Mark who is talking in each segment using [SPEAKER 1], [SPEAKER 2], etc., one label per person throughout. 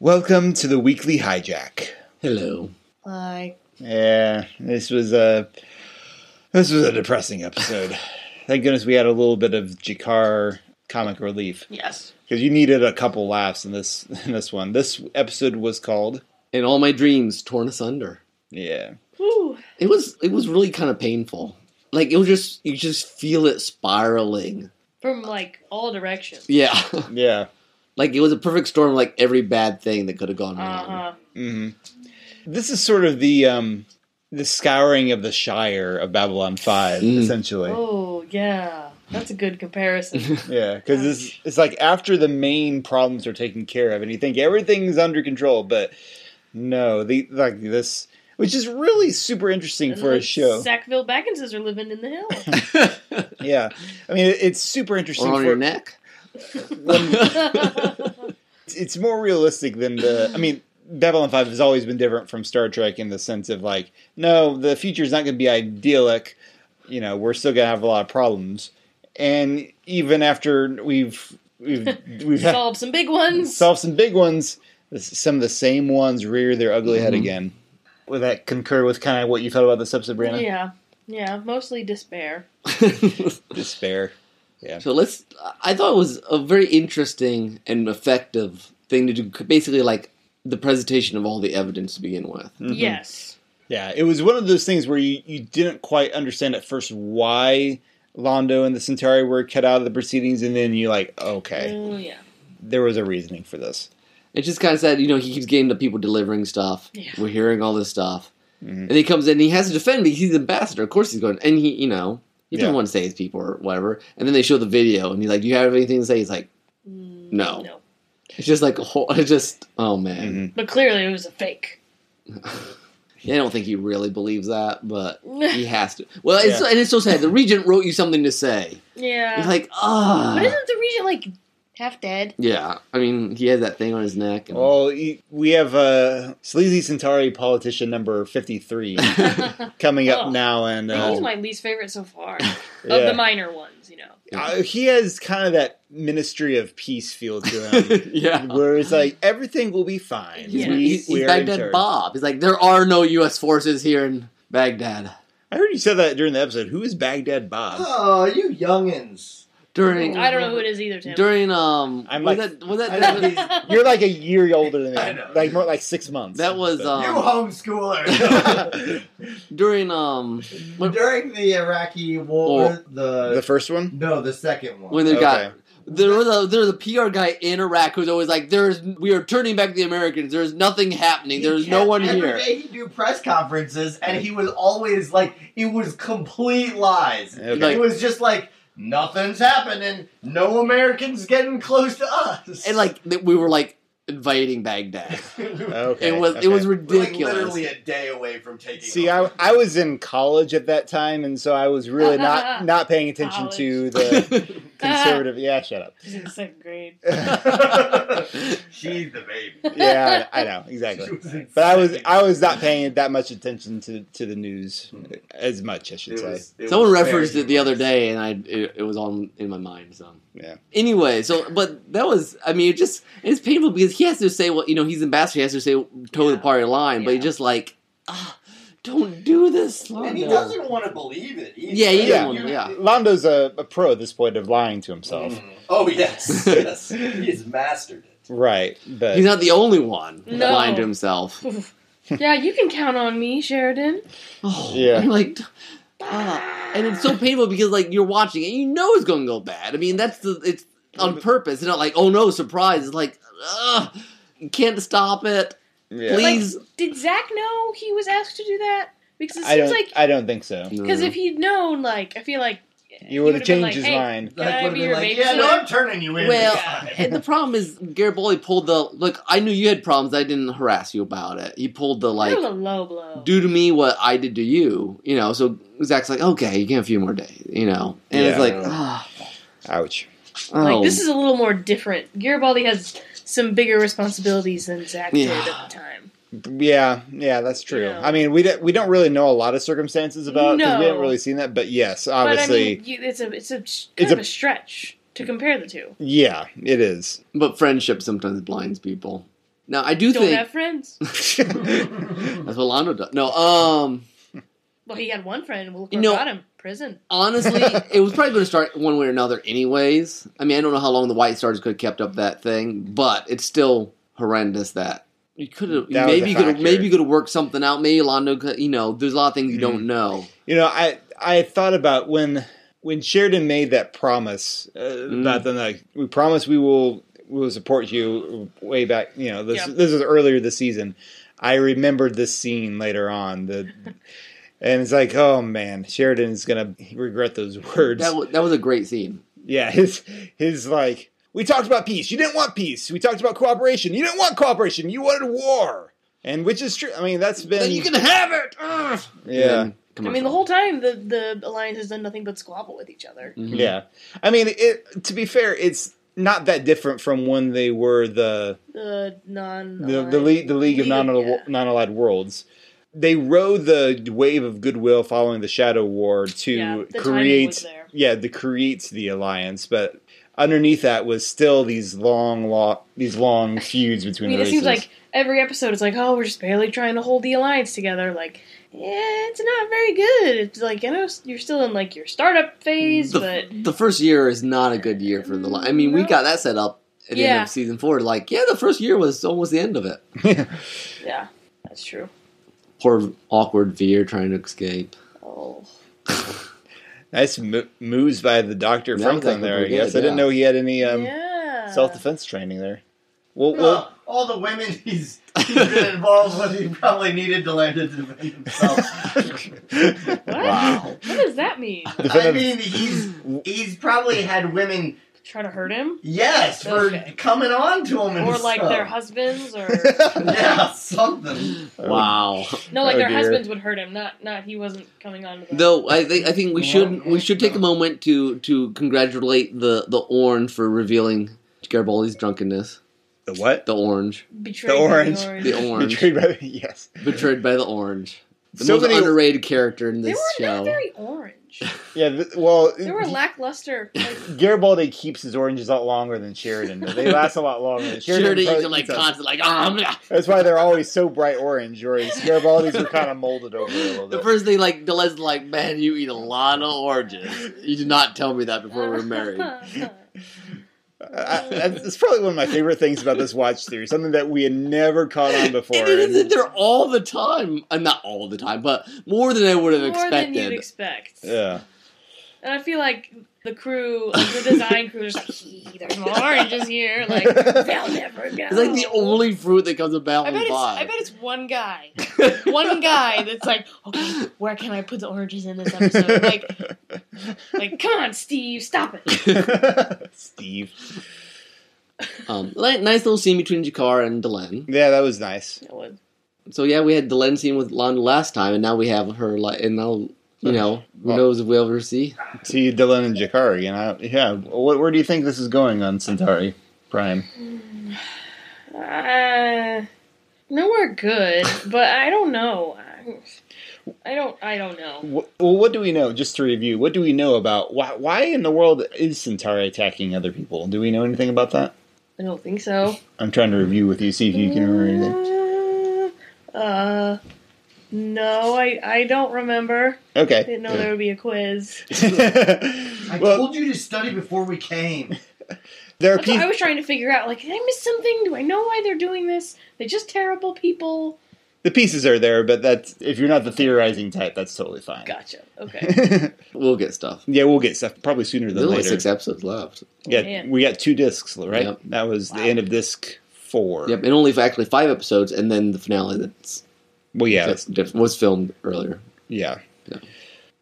[SPEAKER 1] Welcome to the weekly hijack.
[SPEAKER 2] Hello.
[SPEAKER 3] Like,
[SPEAKER 1] Yeah, this was a this was a depressing episode. Thank goodness we had a little bit of Jakar comic relief
[SPEAKER 3] yes.
[SPEAKER 1] because you needed a couple laughs in this in this one. This episode was called
[SPEAKER 2] And all my dreams torn asunder.
[SPEAKER 1] yeah.
[SPEAKER 3] Woo.
[SPEAKER 2] It was it was really kind of painful. Like it was just you just feel it spiraling.
[SPEAKER 3] From like all directions.
[SPEAKER 2] Yeah.
[SPEAKER 1] Yeah.
[SPEAKER 2] like it was a perfect storm of, like every bad thing that could have gone
[SPEAKER 3] Uh
[SPEAKER 2] wrong.
[SPEAKER 3] huh.
[SPEAKER 1] hmm This is sort of the um the scouring of the Shire of Babylon 5
[SPEAKER 2] Mm.
[SPEAKER 1] essentially.
[SPEAKER 3] Oh yeah, that's a good comparison.
[SPEAKER 1] Yeah, because it's, it's like after the main problems are taken care of, and you think everything's under control, but no, the like this, which is really super interesting
[SPEAKER 3] And
[SPEAKER 1] for a
[SPEAKER 3] the
[SPEAKER 1] show.
[SPEAKER 3] Sackville Backinses are living in the hill.
[SPEAKER 1] yeah, I mean, it, it's super interesting.
[SPEAKER 2] Or on
[SPEAKER 1] for,
[SPEAKER 2] your neck.
[SPEAKER 1] it's, it's more realistic than the. I mean, Babylon Five has always been different from Star Trek in the sense of like, no, the future's not going to be idyllic. You know, we're still going to have a lot of problems, and even after we've we've we've had
[SPEAKER 3] Solve some big ones.
[SPEAKER 1] solve some big ones. This- Some of the same ones rear their ugly head
[SPEAKER 2] Mhm.
[SPEAKER 1] again. Mm-hmm. Would that concur with kind of what you thought about this episode, Brianna?
[SPEAKER 3] yeah, yeah. Mostly despair.
[SPEAKER 1] Despair.
[SPEAKER 2] so let's I thought it was a very interesting and effective thing to do basically like the presentation of all the evidence to begin with.
[SPEAKER 1] Mhm.
[SPEAKER 3] Yes.
[SPEAKER 1] Yeah, it was one of those things where you, you didn't quite understand at first why Londo and the Centauri were cut out of the proceedings, and then you like, okay,
[SPEAKER 3] Oh yeah.
[SPEAKER 1] there was a reasoning for this.
[SPEAKER 2] It's just kind of sad, you know. He keeps getting the people delivering stuff.
[SPEAKER 3] Yeah.
[SPEAKER 2] We're hearing all this stuff,
[SPEAKER 1] Mhm.
[SPEAKER 2] and he comes in. and He has to defend because he's an ambassador. Of course, he's going. And he, you know, he doesn't
[SPEAKER 1] Yeah.
[SPEAKER 2] want to say his people or whatever. And then they show the video, and he's like, "Do you have anything to say?" He's like,
[SPEAKER 3] Mm,
[SPEAKER 2] No.
[SPEAKER 3] No.
[SPEAKER 2] "It's just like a whole. It's just oh man.
[SPEAKER 1] Mhm.
[SPEAKER 3] But clearly it was a fake.
[SPEAKER 1] Mm-hmm.
[SPEAKER 2] I don't think he really believes that, but he has to. Well, it's,
[SPEAKER 1] Yeah.
[SPEAKER 2] and it's so sad. The regent wrote you something to say. He's
[SPEAKER 3] yeah.
[SPEAKER 2] like, ah,
[SPEAKER 3] but isn't the regent like half dead?
[SPEAKER 2] yeah. I mean, he had that thing on his neck. And,
[SPEAKER 1] Well, y- we have uh, sleazy Centauri politician number fifty-three coming up
[SPEAKER 3] Oh.
[SPEAKER 1] now, and uh,
[SPEAKER 3] He's my least favorite so far of
[SPEAKER 1] yeah.
[SPEAKER 3] the minor ones. You know.
[SPEAKER 1] Uh, he has kind of that Ministry of Peace feel to him.
[SPEAKER 2] yeah.
[SPEAKER 1] where it's like everything will be fine.
[SPEAKER 3] Yeah.
[SPEAKER 1] We,
[SPEAKER 2] He's,
[SPEAKER 1] we
[SPEAKER 2] he's
[SPEAKER 1] are in
[SPEAKER 2] Baghdad
[SPEAKER 1] charge.
[SPEAKER 2] Bob. He's like, there are no U.S. forces here in Baghdad.
[SPEAKER 1] I heard you said that during the episode. Who is Baghdad Bob?
[SPEAKER 4] Oh, you youngins!
[SPEAKER 2] During
[SPEAKER 3] I don't know who it is either, Tim.
[SPEAKER 2] During um,
[SPEAKER 1] I'm
[SPEAKER 2] was
[SPEAKER 1] like-
[SPEAKER 2] that was that
[SPEAKER 4] I
[SPEAKER 2] that,
[SPEAKER 4] don't
[SPEAKER 2] was-
[SPEAKER 4] know.
[SPEAKER 1] You're like a year older than me.
[SPEAKER 4] I know.
[SPEAKER 1] Like more like six months.
[SPEAKER 2] that was uh,
[SPEAKER 4] you
[SPEAKER 2] um
[SPEAKER 4] homeschoolers!
[SPEAKER 2] during um when,
[SPEAKER 4] During the Iraqi war,
[SPEAKER 2] Or-
[SPEAKER 4] the,
[SPEAKER 1] the first one.
[SPEAKER 4] no, the second one.
[SPEAKER 2] when they
[SPEAKER 1] Okay.
[SPEAKER 2] got there was a there was a PR guy in Iraq who's always like, there's we are turning back the Americans. There's nothing happening. There's no one
[SPEAKER 4] every
[SPEAKER 2] here.
[SPEAKER 4] day he'd do press conferences, and he was always like, it was complete lies.
[SPEAKER 1] Okay.
[SPEAKER 2] Like-
[SPEAKER 4] it was just like nothing's happening. No Americans getting close to us.
[SPEAKER 2] And like th- we were like invading Baghdad.
[SPEAKER 1] okay.
[SPEAKER 2] It was
[SPEAKER 1] okay.
[SPEAKER 2] it was
[SPEAKER 4] We're, like
[SPEAKER 2] Oh, ridiculous.
[SPEAKER 4] literally a day away from taking.
[SPEAKER 1] See,
[SPEAKER 4] over.
[SPEAKER 1] I, I was in college at that time, and so I was really not not paying attention to the conservative. Yeah, shut up.
[SPEAKER 3] He's in second grade.
[SPEAKER 4] She's the baby.
[SPEAKER 1] Yeah, I I know
[SPEAKER 4] She
[SPEAKER 1] exactly.
[SPEAKER 4] was in
[SPEAKER 1] But I was
[SPEAKER 4] second
[SPEAKER 1] I was not paying that much attention to, to the news as much, I should
[SPEAKER 4] It
[SPEAKER 1] say.
[SPEAKER 4] was- it
[SPEAKER 2] Someone
[SPEAKER 4] was
[SPEAKER 2] referenced
[SPEAKER 4] very
[SPEAKER 2] it the other
[SPEAKER 4] humorous.
[SPEAKER 2] day, and I it, it was on in my mind. So
[SPEAKER 1] Yeah.
[SPEAKER 2] Anyway, so but that was I mean it just it's painful because he has to say well you know he's ambassador he has to say toe the
[SPEAKER 3] Yeah.
[SPEAKER 2] party line but he
[SPEAKER 3] Yeah.
[SPEAKER 2] just like ah, don't do this.
[SPEAKER 4] And he
[SPEAKER 2] Londo."
[SPEAKER 4] doesn't want to believe it. Either.
[SPEAKER 2] Yeah, he
[SPEAKER 1] doesn't
[SPEAKER 2] wanna-
[SPEAKER 4] You-
[SPEAKER 2] yeah.
[SPEAKER 1] Londo's a, a pro at this point of lying to himself.
[SPEAKER 4] Mm. Oh yes, yes, he has mastered it.
[SPEAKER 1] Right, but
[SPEAKER 2] He's not the only one
[SPEAKER 3] No.
[SPEAKER 2] lying to himself.
[SPEAKER 3] yeah, you can count on me, Sheridan.
[SPEAKER 2] Oh,
[SPEAKER 1] Yeah.
[SPEAKER 2] I'm like. ah. and it's so painful because like you're watching it, you know it's going to go bad. I mean that's the it's on purpose. It's not like oh no surprise. It's like ugh, you can't stop it.
[SPEAKER 1] yeah.
[SPEAKER 2] Please.
[SPEAKER 3] Did Zach know he was asked to do that? Because it
[SPEAKER 1] I
[SPEAKER 3] seems
[SPEAKER 1] don't.
[SPEAKER 3] like
[SPEAKER 1] I don't think so.
[SPEAKER 3] because if he'd known, like I feel like
[SPEAKER 1] You would have
[SPEAKER 3] would've been
[SPEAKER 1] changed
[SPEAKER 3] like,
[SPEAKER 1] his
[SPEAKER 3] "Hey,
[SPEAKER 1] mind.
[SPEAKER 3] Can I
[SPEAKER 4] would've
[SPEAKER 3] be
[SPEAKER 4] been
[SPEAKER 3] your
[SPEAKER 4] like,
[SPEAKER 3] babysitter?
[SPEAKER 4] yeah, no, I'm turning you in.
[SPEAKER 2] Well,
[SPEAKER 4] this time."
[SPEAKER 2] and the problem is Garibaldi pulled the look. I knew you had problems. I didn't harass you about it. He pulled the
[SPEAKER 3] That
[SPEAKER 2] like,
[SPEAKER 3] was a low blow.
[SPEAKER 2] do to me what I did to you. You know. So Zach's like, okay, you get a few more days. You know. And it's
[SPEAKER 1] Yeah.
[SPEAKER 2] like, ah,
[SPEAKER 1] Ouch.
[SPEAKER 2] oh,
[SPEAKER 3] like this is a little more different. Garibaldi has some bigger responsibilities than Zach did
[SPEAKER 2] Yeah.
[SPEAKER 3] at the time.
[SPEAKER 1] Yeah, yeah, that's true.
[SPEAKER 3] Yeah.
[SPEAKER 1] I mean, we don't, we don't really know a lot of circumstances about because we
[SPEAKER 3] No.
[SPEAKER 1] haven't really seen that. But yes, obviously,
[SPEAKER 3] but I mean, you, it's a it's a sh- kind
[SPEAKER 1] It's
[SPEAKER 3] of
[SPEAKER 1] a-
[SPEAKER 3] a stretch to compare the two.
[SPEAKER 1] yeah, it is.
[SPEAKER 2] but friendship sometimes blinds people. Now I do
[SPEAKER 3] Don't
[SPEAKER 2] think
[SPEAKER 3] have friends.
[SPEAKER 2] that's what Lando does. No, um,
[SPEAKER 3] Well, he had one friend. Well, look
[SPEAKER 2] You
[SPEAKER 3] what
[SPEAKER 2] know-
[SPEAKER 3] got him. Prison.
[SPEAKER 2] honestly, it was probably going to start one way or another, anyways. I mean, I don't know how long the White Stars could have kept up that thing, but it's still horrendous that you could have
[SPEAKER 1] That was a
[SPEAKER 2] maybe you could have
[SPEAKER 1] factor.
[SPEAKER 2] maybe you could have worked something out. Maybe Lando, could, you know, there's a lot of things you
[SPEAKER 1] Mm.
[SPEAKER 2] don't know.
[SPEAKER 1] You know, I I thought about when when Sheridan made that promise uh,
[SPEAKER 2] Mm.
[SPEAKER 1] about them, like we promise we will we will support you way back. You know, this
[SPEAKER 3] Yeah.
[SPEAKER 1] this was earlier this season. I remembered this scene later on. The and it's like, oh man, Sheridan's gonna regret those words.
[SPEAKER 2] That was, that was a great scene.
[SPEAKER 1] yeah, his his like we talked about peace. You didn't want peace. We talked about cooperation. You didn't want cooperation. You wanted war. And which is true. I mean, that's been
[SPEAKER 2] Then you can have it. Ugh.
[SPEAKER 1] yeah.
[SPEAKER 2] And come
[SPEAKER 3] I
[SPEAKER 2] on,
[SPEAKER 3] mean, the
[SPEAKER 2] Sean.
[SPEAKER 3] whole time the the alliance has done nothing but squabble with each other.
[SPEAKER 2] Mhm.
[SPEAKER 1] Yeah, I mean, it, to be fair, it's not that different from when they were the
[SPEAKER 3] The non uh,
[SPEAKER 1] the, the, league, the League of Non
[SPEAKER 3] yeah.
[SPEAKER 1] Non Allied Worlds. They rode the wave of goodwill following the Shadow War to
[SPEAKER 3] Yeah, the timing was
[SPEAKER 1] create,
[SPEAKER 3] there.
[SPEAKER 1] yeah, the creates the alliance, but. Underneath that was still these long, lo- these long feuds
[SPEAKER 3] I
[SPEAKER 1] between
[SPEAKER 3] mean, it
[SPEAKER 1] races.
[SPEAKER 3] seems like every episode it's like, oh, we're just barely trying to hold the alliance together. Like, yeah, it's not very good. It's like you know you're still in like your startup phase,
[SPEAKER 2] the,
[SPEAKER 3] but
[SPEAKER 2] the first year is not a good year for the line. I mean, we
[SPEAKER 3] No.
[SPEAKER 2] got that set up at the end
[SPEAKER 3] Yeah.
[SPEAKER 2] of season four. Like, yeah, the first year was almost the end of it.
[SPEAKER 3] yeah, that's true.
[SPEAKER 2] Poor awkward Veer trying to escape.
[SPEAKER 3] Oh,
[SPEAKER 1] nice mo- moves by the Doctor
[SPEAKER 2] That was
[SPEAKER 1] Franklin
[SPEAKER 2] actually
[SPEAKER 1] there. I
[SPEAKER 2] pretty
[SPEAKER 1] guess
[SPEAKER 2] good,
[SPEAKER 1] I didn't
[SPEAKER 2] yeah.
[SPEAKER 1] know he had any um,
[SPEAKER 3] yeah,
[SPEAKER 1] self defense training there. Well, well,
[SPEAKER 4] Well, all the women he's, he's been involved with, he probably needed to learn to defend himself.
[SPEAKER 3] What?
[SPEAKER 2] Wow.
[SPEAKER 3] What does that mean?
[SPEAKER 4] I
[SPEAKER 1] Defend-
[SPEAKER 4] mean, he's he's probably had women,
[SPEAKER 3] Try to hurt him,
[SPEAKER 4] yes, for
[SPEAKER 3] Okay.
[SPEAKER 4] coming on to him and
[SPEAKER 3] or like
[SPEAKER 4] stuff.
[SPEAKER 1] Oh.
[SPEAKER 3] their husbands, or
[SPEAKER 4] yeah, something.
[SPEAKER 2] Wow.
[SPEAKER 3] no, like
[SPEAKER 1] Oh,
[SPEAKER 3] their
[SPEAKER 1] dear.
[SPEAKER 3] husbands would hurt him. Not, not he wasn't coming on to them.
[SPEAKER 2] Though I think I think we should we should take a moment to to congratulate the the orange for revealing Garibaldi's drunkenness.
[SPEAKER 1] the what?
[SPEAKER 2] The orange
[SPEAKER 3] Betrayed
[SPEAKER 1] The
[SPEAKER 3] by
[SPEAKER 1] orange.
[SPEAKER 2] The orange.
[SPEAKER 1] Betrayed by the, yes.
[SPEAKER 2] betrayed by the orange. The
[SPEAKER 1] So
[SPEAKER 2] most
[SPEAKER 1] many-
[SPEAKER 2] underrated character in
[SPEAKER 3] They
[SPEAKER 2] this
[SPEAKER 3] were
[SPEAKER 2] show.
[SPEAKER 3] not very orange.
[SPEAKER 1] Yeah, th- well,
[SPEAKER 3] They were lackluster. Like,
[SPEAKER 1] Garibaldi keeps his oranges a lot longer than Sheridan. but They last a lot longer.
[SPEAKER 2] Sheridan
[SPEAKER 1] probably
[SPEAKER 2] used to like
[SPEAKER 1] eats us.
[SPEAKER 2] constant like ah. I'm gonna-"
[SPEAKER 1] That's why they're always so bright orange, whereas Garibaldi's are kind of molded over a little
[SPEAKER 2] The
[SPEAKER 1] bit.
[SPEAKER 2] first thing like Deleuze like man you eat a lot of oranges. You did not tell me that before
[SPEAKER 3] Uh,
[SPEAKER 2] we were married.
[SPEAKER 1] I, I, it's probably one of my favorite things about this watch through. Something that we had never caught on before.
[SPEAKER 2] And it
[SPEAKER 1] and-
[SPEAKER 2] isn't there all the time. Uh, not all the time, but more than I would have
[SPEAKER 3] More than
[SPEAKER 2] expected.
[SPEAKER 3] you'd expect.
[SPEAKER 1] yeah.
[SPEAKER 3] And I feel like the crew, like the design crew, is like, "Hee, there's no oranges here. Like, they'll never know.
[SPEAKER 2] it's like the only fruit that comes about
[SPEAKER 3] I
[SPEAKER 2] and
[SPEAKER 3] bet, it's, I
[SPEAKER 2] by.
[SPEAKER 3] bet it's one guy. One guy that's like, okay, where can I put the oranges in this episode? Like, like come on, Steve, stop it.
[SPEAKER 1] Steve.
[SPEAKER 2] um, like, nice little scene between Jakar and Delenn.
[SPEAKER 1] Yeah, that was nice.
[SPEAKER 3] That was-
[SPEAKER 2] So yeah, we had Delenn scene with Lon last time, and now we have her. Like, and now you know who
[SPEAKER 1] Well-
[SPEAKER 2] knows if we'll ever see.
[SPEAKER 1] See Dylan and Jakar again. I, yeah. What, where do you think this is going on Centauri Prime?
[SPEAKER 3] Uh, nowhere good, but I don't know. I- I don't. I don't know.
[SPEAKER 1] Wh- Well, what do we know? Just to review, what do we know about why? Why in the world is Centauri attacking other people? Do we know anything about that?
[SPEAKER 3] I don't think so.
[SPEAKER 1] I'm trying to review with you, see if you can remember anything.
[SPEAKER 3] Uh, no, I I don't remember. I
[SPEAKER 1] Okay.
[SPEAKER 3] didn't know there would be a quiz.
[SPEAKER 4] I
[SPEAKER 1] well,
[SPEAKER 4] told you to study before we came.
[SPEAKER 1] there are
[SPEAKER 3] That's what I
[SPEAKER 1] people.
[SPEAKER 3] was trying to figure out. Like, did I miss something? Do I know why they're doing this? They're just terrible people.
[SPEAKER 1] The pieces are there, but that's if you're not the theorizing type, that's totally fine.
[SPEAKER 3] Gotcha. Okay.
[SPEAKER 2] We'll get stuff.
[SPEAKER 1] yeah, we'll get stuff probably sooner
[SPEAKER 2] There's
[SPEAKER 1] than
[SPEAKER 2] only
[SPEAKER 1] later.
[SPEAKER 2] six episodes left.
[SPEAKER 1] yeah,
[SPEAKER 3] Man.
[SPEAKER 1] we got two discs, right?
[SPEAKER 2] Yep.
[SPEAKER 1] That was the
[SPEAKER 3] Wow.
[SPEAKER 1] end of disc four.
[SPEAKER 2] Yep, and only actually five episodes, and then the finale that's,
[SPEAKER 1] Well, yeah,
[SPEAKER 2] that's diff- was filmed earlier.
[SPEAKER 1] yeah, yeah.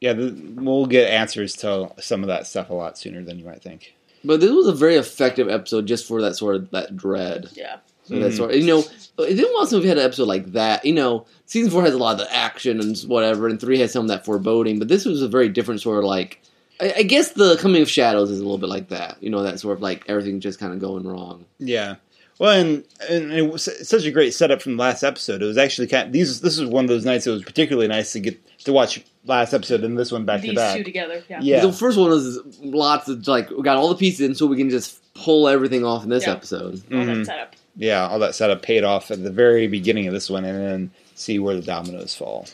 [SPEAKER 2] Yeah.
[SPEAKER 1] the, we'll get answers to some of that stuff a lot sooner than you might think.
[SPEAKER 2] But this was a very effective episode just for that sort of that dread.
[SPEAKER 3] yeah.
[SPEAKER 2] So that's
[SPEAKER 1] Hmm.
[SPEAKER 2] why you know it didn't want if we had an episode like that. You know, season four has a lot of the action and whatever, and three has some of that foreboding. But this was a very different sort of like. I, I guess the coming of shadows is a little bit like that. You know, that sort of like everything just kind of going wrong.
[SPEAKER 1] Yeah. Well, and, and it was such a great setup from the last episode. It was actually kind of, these. This was one of those nights. It was particularly nice to get to watch last episode and this one back to
[SPEAKER 3] These
[SPEAKER 1] back.
[SPEAKER 3] two together. Yeah.
[SPEAKER 1] Yeah.
[SPEAKER 2] The first one was lots of like we got all the pieces in, so we can just pull everything off in this
[SPEAKER 3] Yeah.
[SPEAKER 2] episode.
[SPEAKER 3] All
[SPEAKER 1] Mhm.
[SPEAKER 3] that setup.
[SPEAKER 1] yeah, all that setup paid off at the very beginning of this one, and then see where the dominoes fall.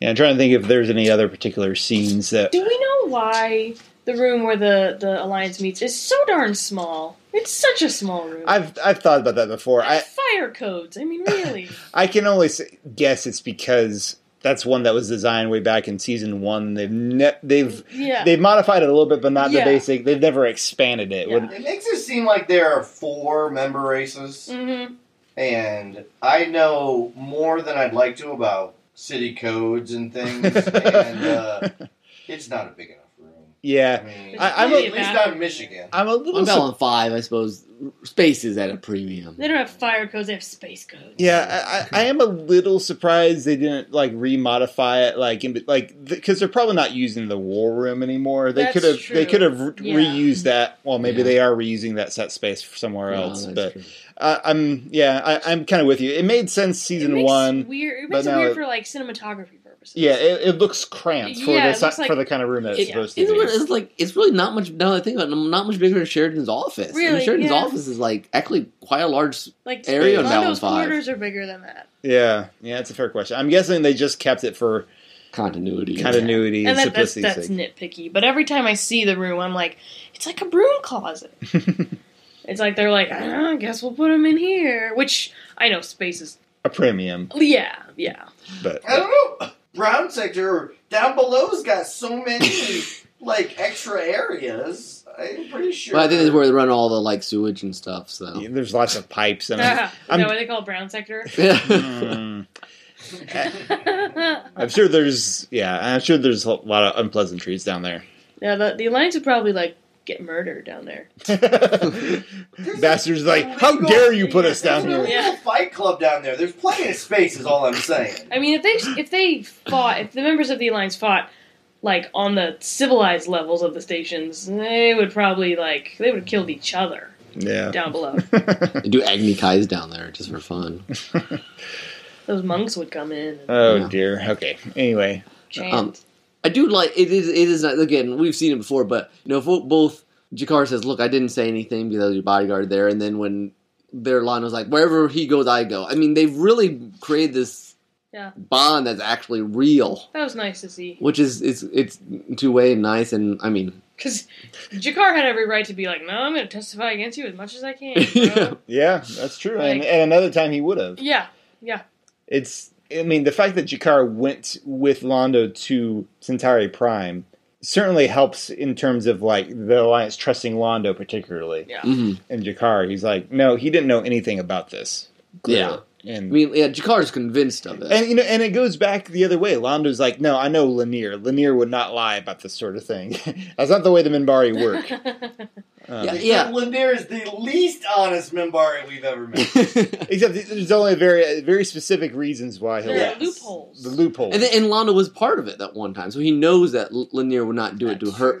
[SPEAKER 1] Yeah, I'm trying to think if there's any other particular scenes that.
[SPEAKER 3] Do we know why the room where the, the alliance meets is so darn small? It's such a small room.
[SPEAKER 1] I've I've thought about that before. I
[SPEAKER 3] fire codes. I mean, really.
[SPEAKER 1] I can only s- guess it's because that's one that was designed way back in season one. They've ne- they've
[SPEAKER 3] yeah.
[SPEAKER 1] they've modified it a little bit, but not
[SPEAKER 3] Yeah.
[SPEAKER 1] the basic. They've never expanded it.
[SPEAKER 3] Yeah.
[SPEAKER 1] When-
[SPEAKER 4] It makes it seem like there are four member races,
[SPEAKER 3] hmm
[SPEAKER 4] and I know more than I'd like to about city codes and things, and uh, it's not a big enough room. I
[SPEAKER 1] yeah,
[SPEAKER 4] mean,
[SPEAKER 1] I- I'm a-
[SPEAKER 4] at least not in Michigan.
[SPEAKER 1] I'm a
[SPEAKER 2] On
[SPEAKER 1] little. sur-
[SPEAKER 2] Babylon Five, I suppose space is at a premium.
[SPEAKER 3] They don't have fire codes. They have space codes.
[SPEAKER 1] yeah, I, I I am a little surprised they didn't like remodify it, like in, be- like because they're probably not using the war room anymore. They
[SPEAKER 3] That's
[SPEAKER 1] could have they
[SPEAKER 3] true.
[SPEAKER 1] could have re-
[SPEAKER 3] Yeah.
[SPEAKER 1] reused that. Well, maybe
[SPEAKER 2] Yeah.
[SPEAKER 1] they are reusing that set space for somewhere
[SPEAKER 2] No,
[SPEAKER 1] else.
[SPEAKER 2] that's
[SPEAKER 1] But
[SPEAKER 2] true.
[SPEAKER 1] I, I'm yeah, I, I'm kind of with you. It made sense
[SPEAKER 3] It
[SPEAKER 1] season
[SPEAKER 3] makes
[SPEAKER 1] one.
[SPEAKER 3] Weird. It
[SPEAKER 1] but
[SPEAKER 3] makes it
[SPEAKER 1] now
[SPEAKER 3] weird
[SPEAKER 1] it-
[SPEAKER 3] for like cinematography purposes.
[SPEAKER 1] Yeah, it, it looks cramped for
[SPEAKER 3] Yeah,
[SPEAKER 1] the
[SPEAKER 3] it
[SPEAKER 1] si-
[SPEAKER 3] looks like-
[SPEAKER 1] for the kind of room that it's
[SPEAKER 2] It-
[SPEAKER 1] supposed
[SPEAKER 2] It's,
[SPEAKER 1] to
[SPEAKER 2] what-
[SPEAKER 1] be.
[SPEAKER 2] it's like it's really not much. Now that I think about it, not much bigger than Sheridan's office. I mean,
[SPEAKER 3] Really,
[SPEAKER 2] Sheridan's
[SPEAKER 3] yeah.
[SPEAKER 2] office is like actually quite a large.
[SPEAKER 3] Like
[SPEAKER 2] Area
[SPEAKER 1] on
[SPEAKER 3] Londo's
[SPEAKER 2] Babylon five.
[SPEAKER 3] quarters are bigger than that,
[SPEAKER 1] Yeah, yeah, it's a fair question. I'm guessing they just kept it for
[SPEAKER 2] Continuity.
[SPEAKER 1] continuity and,
[SPEAKER 3] and that, that's
[SPEAKER 1] simplicity's
[SPEAKER 3] that's nitpicky. But every time I see the room, I'm like, it's like a broom closet.
[SPEAKER 1] sake.
[SPEAKER 3] It's like they're like, "Ah, I guess we'll put him in here. Which I know space is.
[SPEAKER 1] a premium,
[SPEAKER 3] Yeah, yeah.
[SPEAKER 1] but
[SPEAKER 4] I don't know. Brown sector down below's got so many like extra areas. I'm pretty sure.
[SPEAKER 2] But I think that's where they run all the like sewage and stuff. So
[SPEAKER 1] yeah, there's lots of pipes and. I'm-
[SPEAKER 3] Ah, is
[SPEAKER 1] I'm-
[SPEAKER 3] that what they call it, brown sector?
[SPEAKER 1] Mm, I'm sure there's yeah, I'm sure there's a lot of unpleasantries down there.
[SPEAKER 3] yeah, the, the alliance would probably like get murdered down there.
[SPEAKER 1] Bastards like, how dare you put us down
[SPEAKER 4] There's
[SPEAKER 1] here?
[SPEAKER 4] an illegal fight club down there. There's plenty of space. Is all I'm saying.
[SPEAKER 3] I mean, if they if they fought, if the members of the alliance fought like on the civilized levels of the stations, they would probably like they would have killed each other
[SPEAKER 1] Yeah.
[SPEAKER 3] down below.
[SPEAKER 2] they do Agni Kai's down there just for fun.
[SPEAKER 3] Those monks would come in. And
[SPEAKER 1] oh
[SPEAKER 2] Yeah.
[SPEAKER 1] dear. Okay. Anyway,
[SPEAKER 3] chant.
[SPEAKER 2] Um, I do like it is it is not, again we've seen it before, but you know fo- both Jakar says, "Look, I didn't say anything because I was your bodyguard there," and then when their line was like, "Wherever he goes, I go." I mean, they've really created this
[SPEAKER 3] Yeah.
[SPEAKER 2] bond that's actually real,
[SPEAKER 3] that was nice to see
[SPEAKER 2] which is it's it's two way and nice, and I mean,
[SPEAKER 3] because Jakar had every right to be like, "No, I'm going to testify against you as much as I can."
[SPEAKER 2] Yeah.
[SPEAKER 3] Bro.
[SPEAKER 1] yeah, that's true. and,
[SPEAKER 3] Like-
[SPEAKER 1] and another time he would have.
[SPEAKER 3] yeah,
[SPEAKER 1] it's I mean the fact that Jakar went with Londo to Centauri Prime certainly helps in terms of like the alliance trusting Londo particularly
[SPEAKER 3] yeah.
[SPEAKER 2] mhm.
[SPEAKER 1] and Jakar he's like no he didn't know anything about this
[SPEAKER 2] yeah, I
[SPEAKER 1] and
[SPEAKER 2] mean, yeah, Jakar's convinced of it.
[SPEAKER 1] and you know and it goes back the other way Londo's like no I know Lanier Lanier would not lie about this sort of thing that's not the way the Minbari work Um,
[SPEAKER 4] Uh,
[SPEAKER 2] Yeah.
[SPEAKER 4] Lanier is the least honest Membari we've ever met.
[SPEAKER 1] except there's only very very specific reasons why he'll
[SPEAKER 3] there are
[SPEAKER 4] Yeah.
[SPEAKER 3] loopholes.
[SPEAKER 1] the loophole
[SPEAKER 2] And, then, and Lana was part of it that one time, so he knows that L- Lanier would not do it to
[SPEAKER 3] That's
[SPEAKER 2] hurt
[SPEAKER 3] true.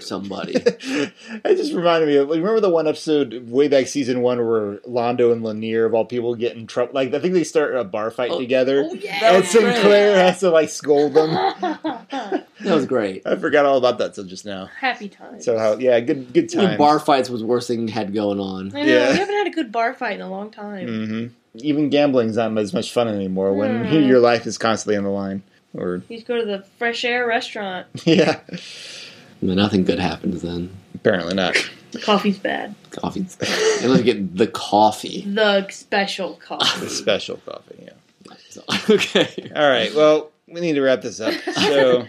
[SPEAKER 2] somebody.
[SPEAKER 1] it just reminded me of remember the one episode way back season one where Londo and Lanier of all people get in trouble. Like I think they start a bar fight
[SPEAKER 2] Oh.
[SPEAKER 1] together,
[SPEAKER 3] yeah,
[SPEAKER 1] and
[SPEAKER 2] was great.
[SPEAKER 1] Sinclair has to like scold them.
[SPEAKER 2] that was great.
[SPEAKER 1] I forgot all about that till just now.
[SPEAKER 3] Happy times.
[SPEAKER 1] So how yeah, good good
[SPEAKER 2] You know,
[SPEAKER 1] time.
[SPEAKER 2] bar fights was the worst thing had going on.
[SPEAKER 3] I know
[SPEAKER 1] Yeah.
[SPEAKER 3] we haven't had a good bar fight in a long time.
[SPEAKER 1] hmm Even gambling's not as much fun anymore when
[SPEAKER 3] Mm.
[SPEAKER 1] your life is constantly on the line. Or
[SPEAKER 3] You should go to the fresh air restaurant.
[SPEAKER 1] yeah,
[SPEAKER 2] I mean, nothing good happens then.
[SPEAKER 1] apparently not.
[SPEAKER 3] The coffe's bad.
[SPEAKER 2] Coffee. and let's get the coffee.
[SPEAKER 3] The special
[SPEAKER 1] The
[SPEAKER 3] coffee.
[SPEAKER 1] special coffee. Yeah.
[SPEAKER 2] So,
[SPEAKER 3] Mm.
[SPEAKER 2] okay.
[SPEAKER 1] All right. Well, we need to wrap this up. So,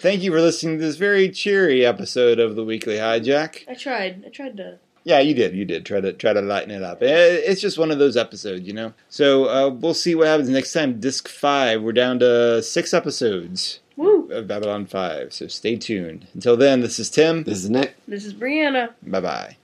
[SPEAKER 1] thank you for listening to this very cheery episode of the Weekly Hijack.
[SPEAKER 3] I tried. I tried to.
[SPEAKER 1] Yeah, you did. You did try to try to lighten it up. Eh, It's just one of those episodes, you know. So uh, we'll see what happens next time. Disc five. We're down to six episodes
[SPEAKER 3] Woo!
[SPEAKER 1] of Babylon Five. So stay tuned. Until then, this is Tim.
[SPEAKER 2] This is Nick.
[SPEAKER 3] This is Brianna.
[SPEAKER 1] Bye bye.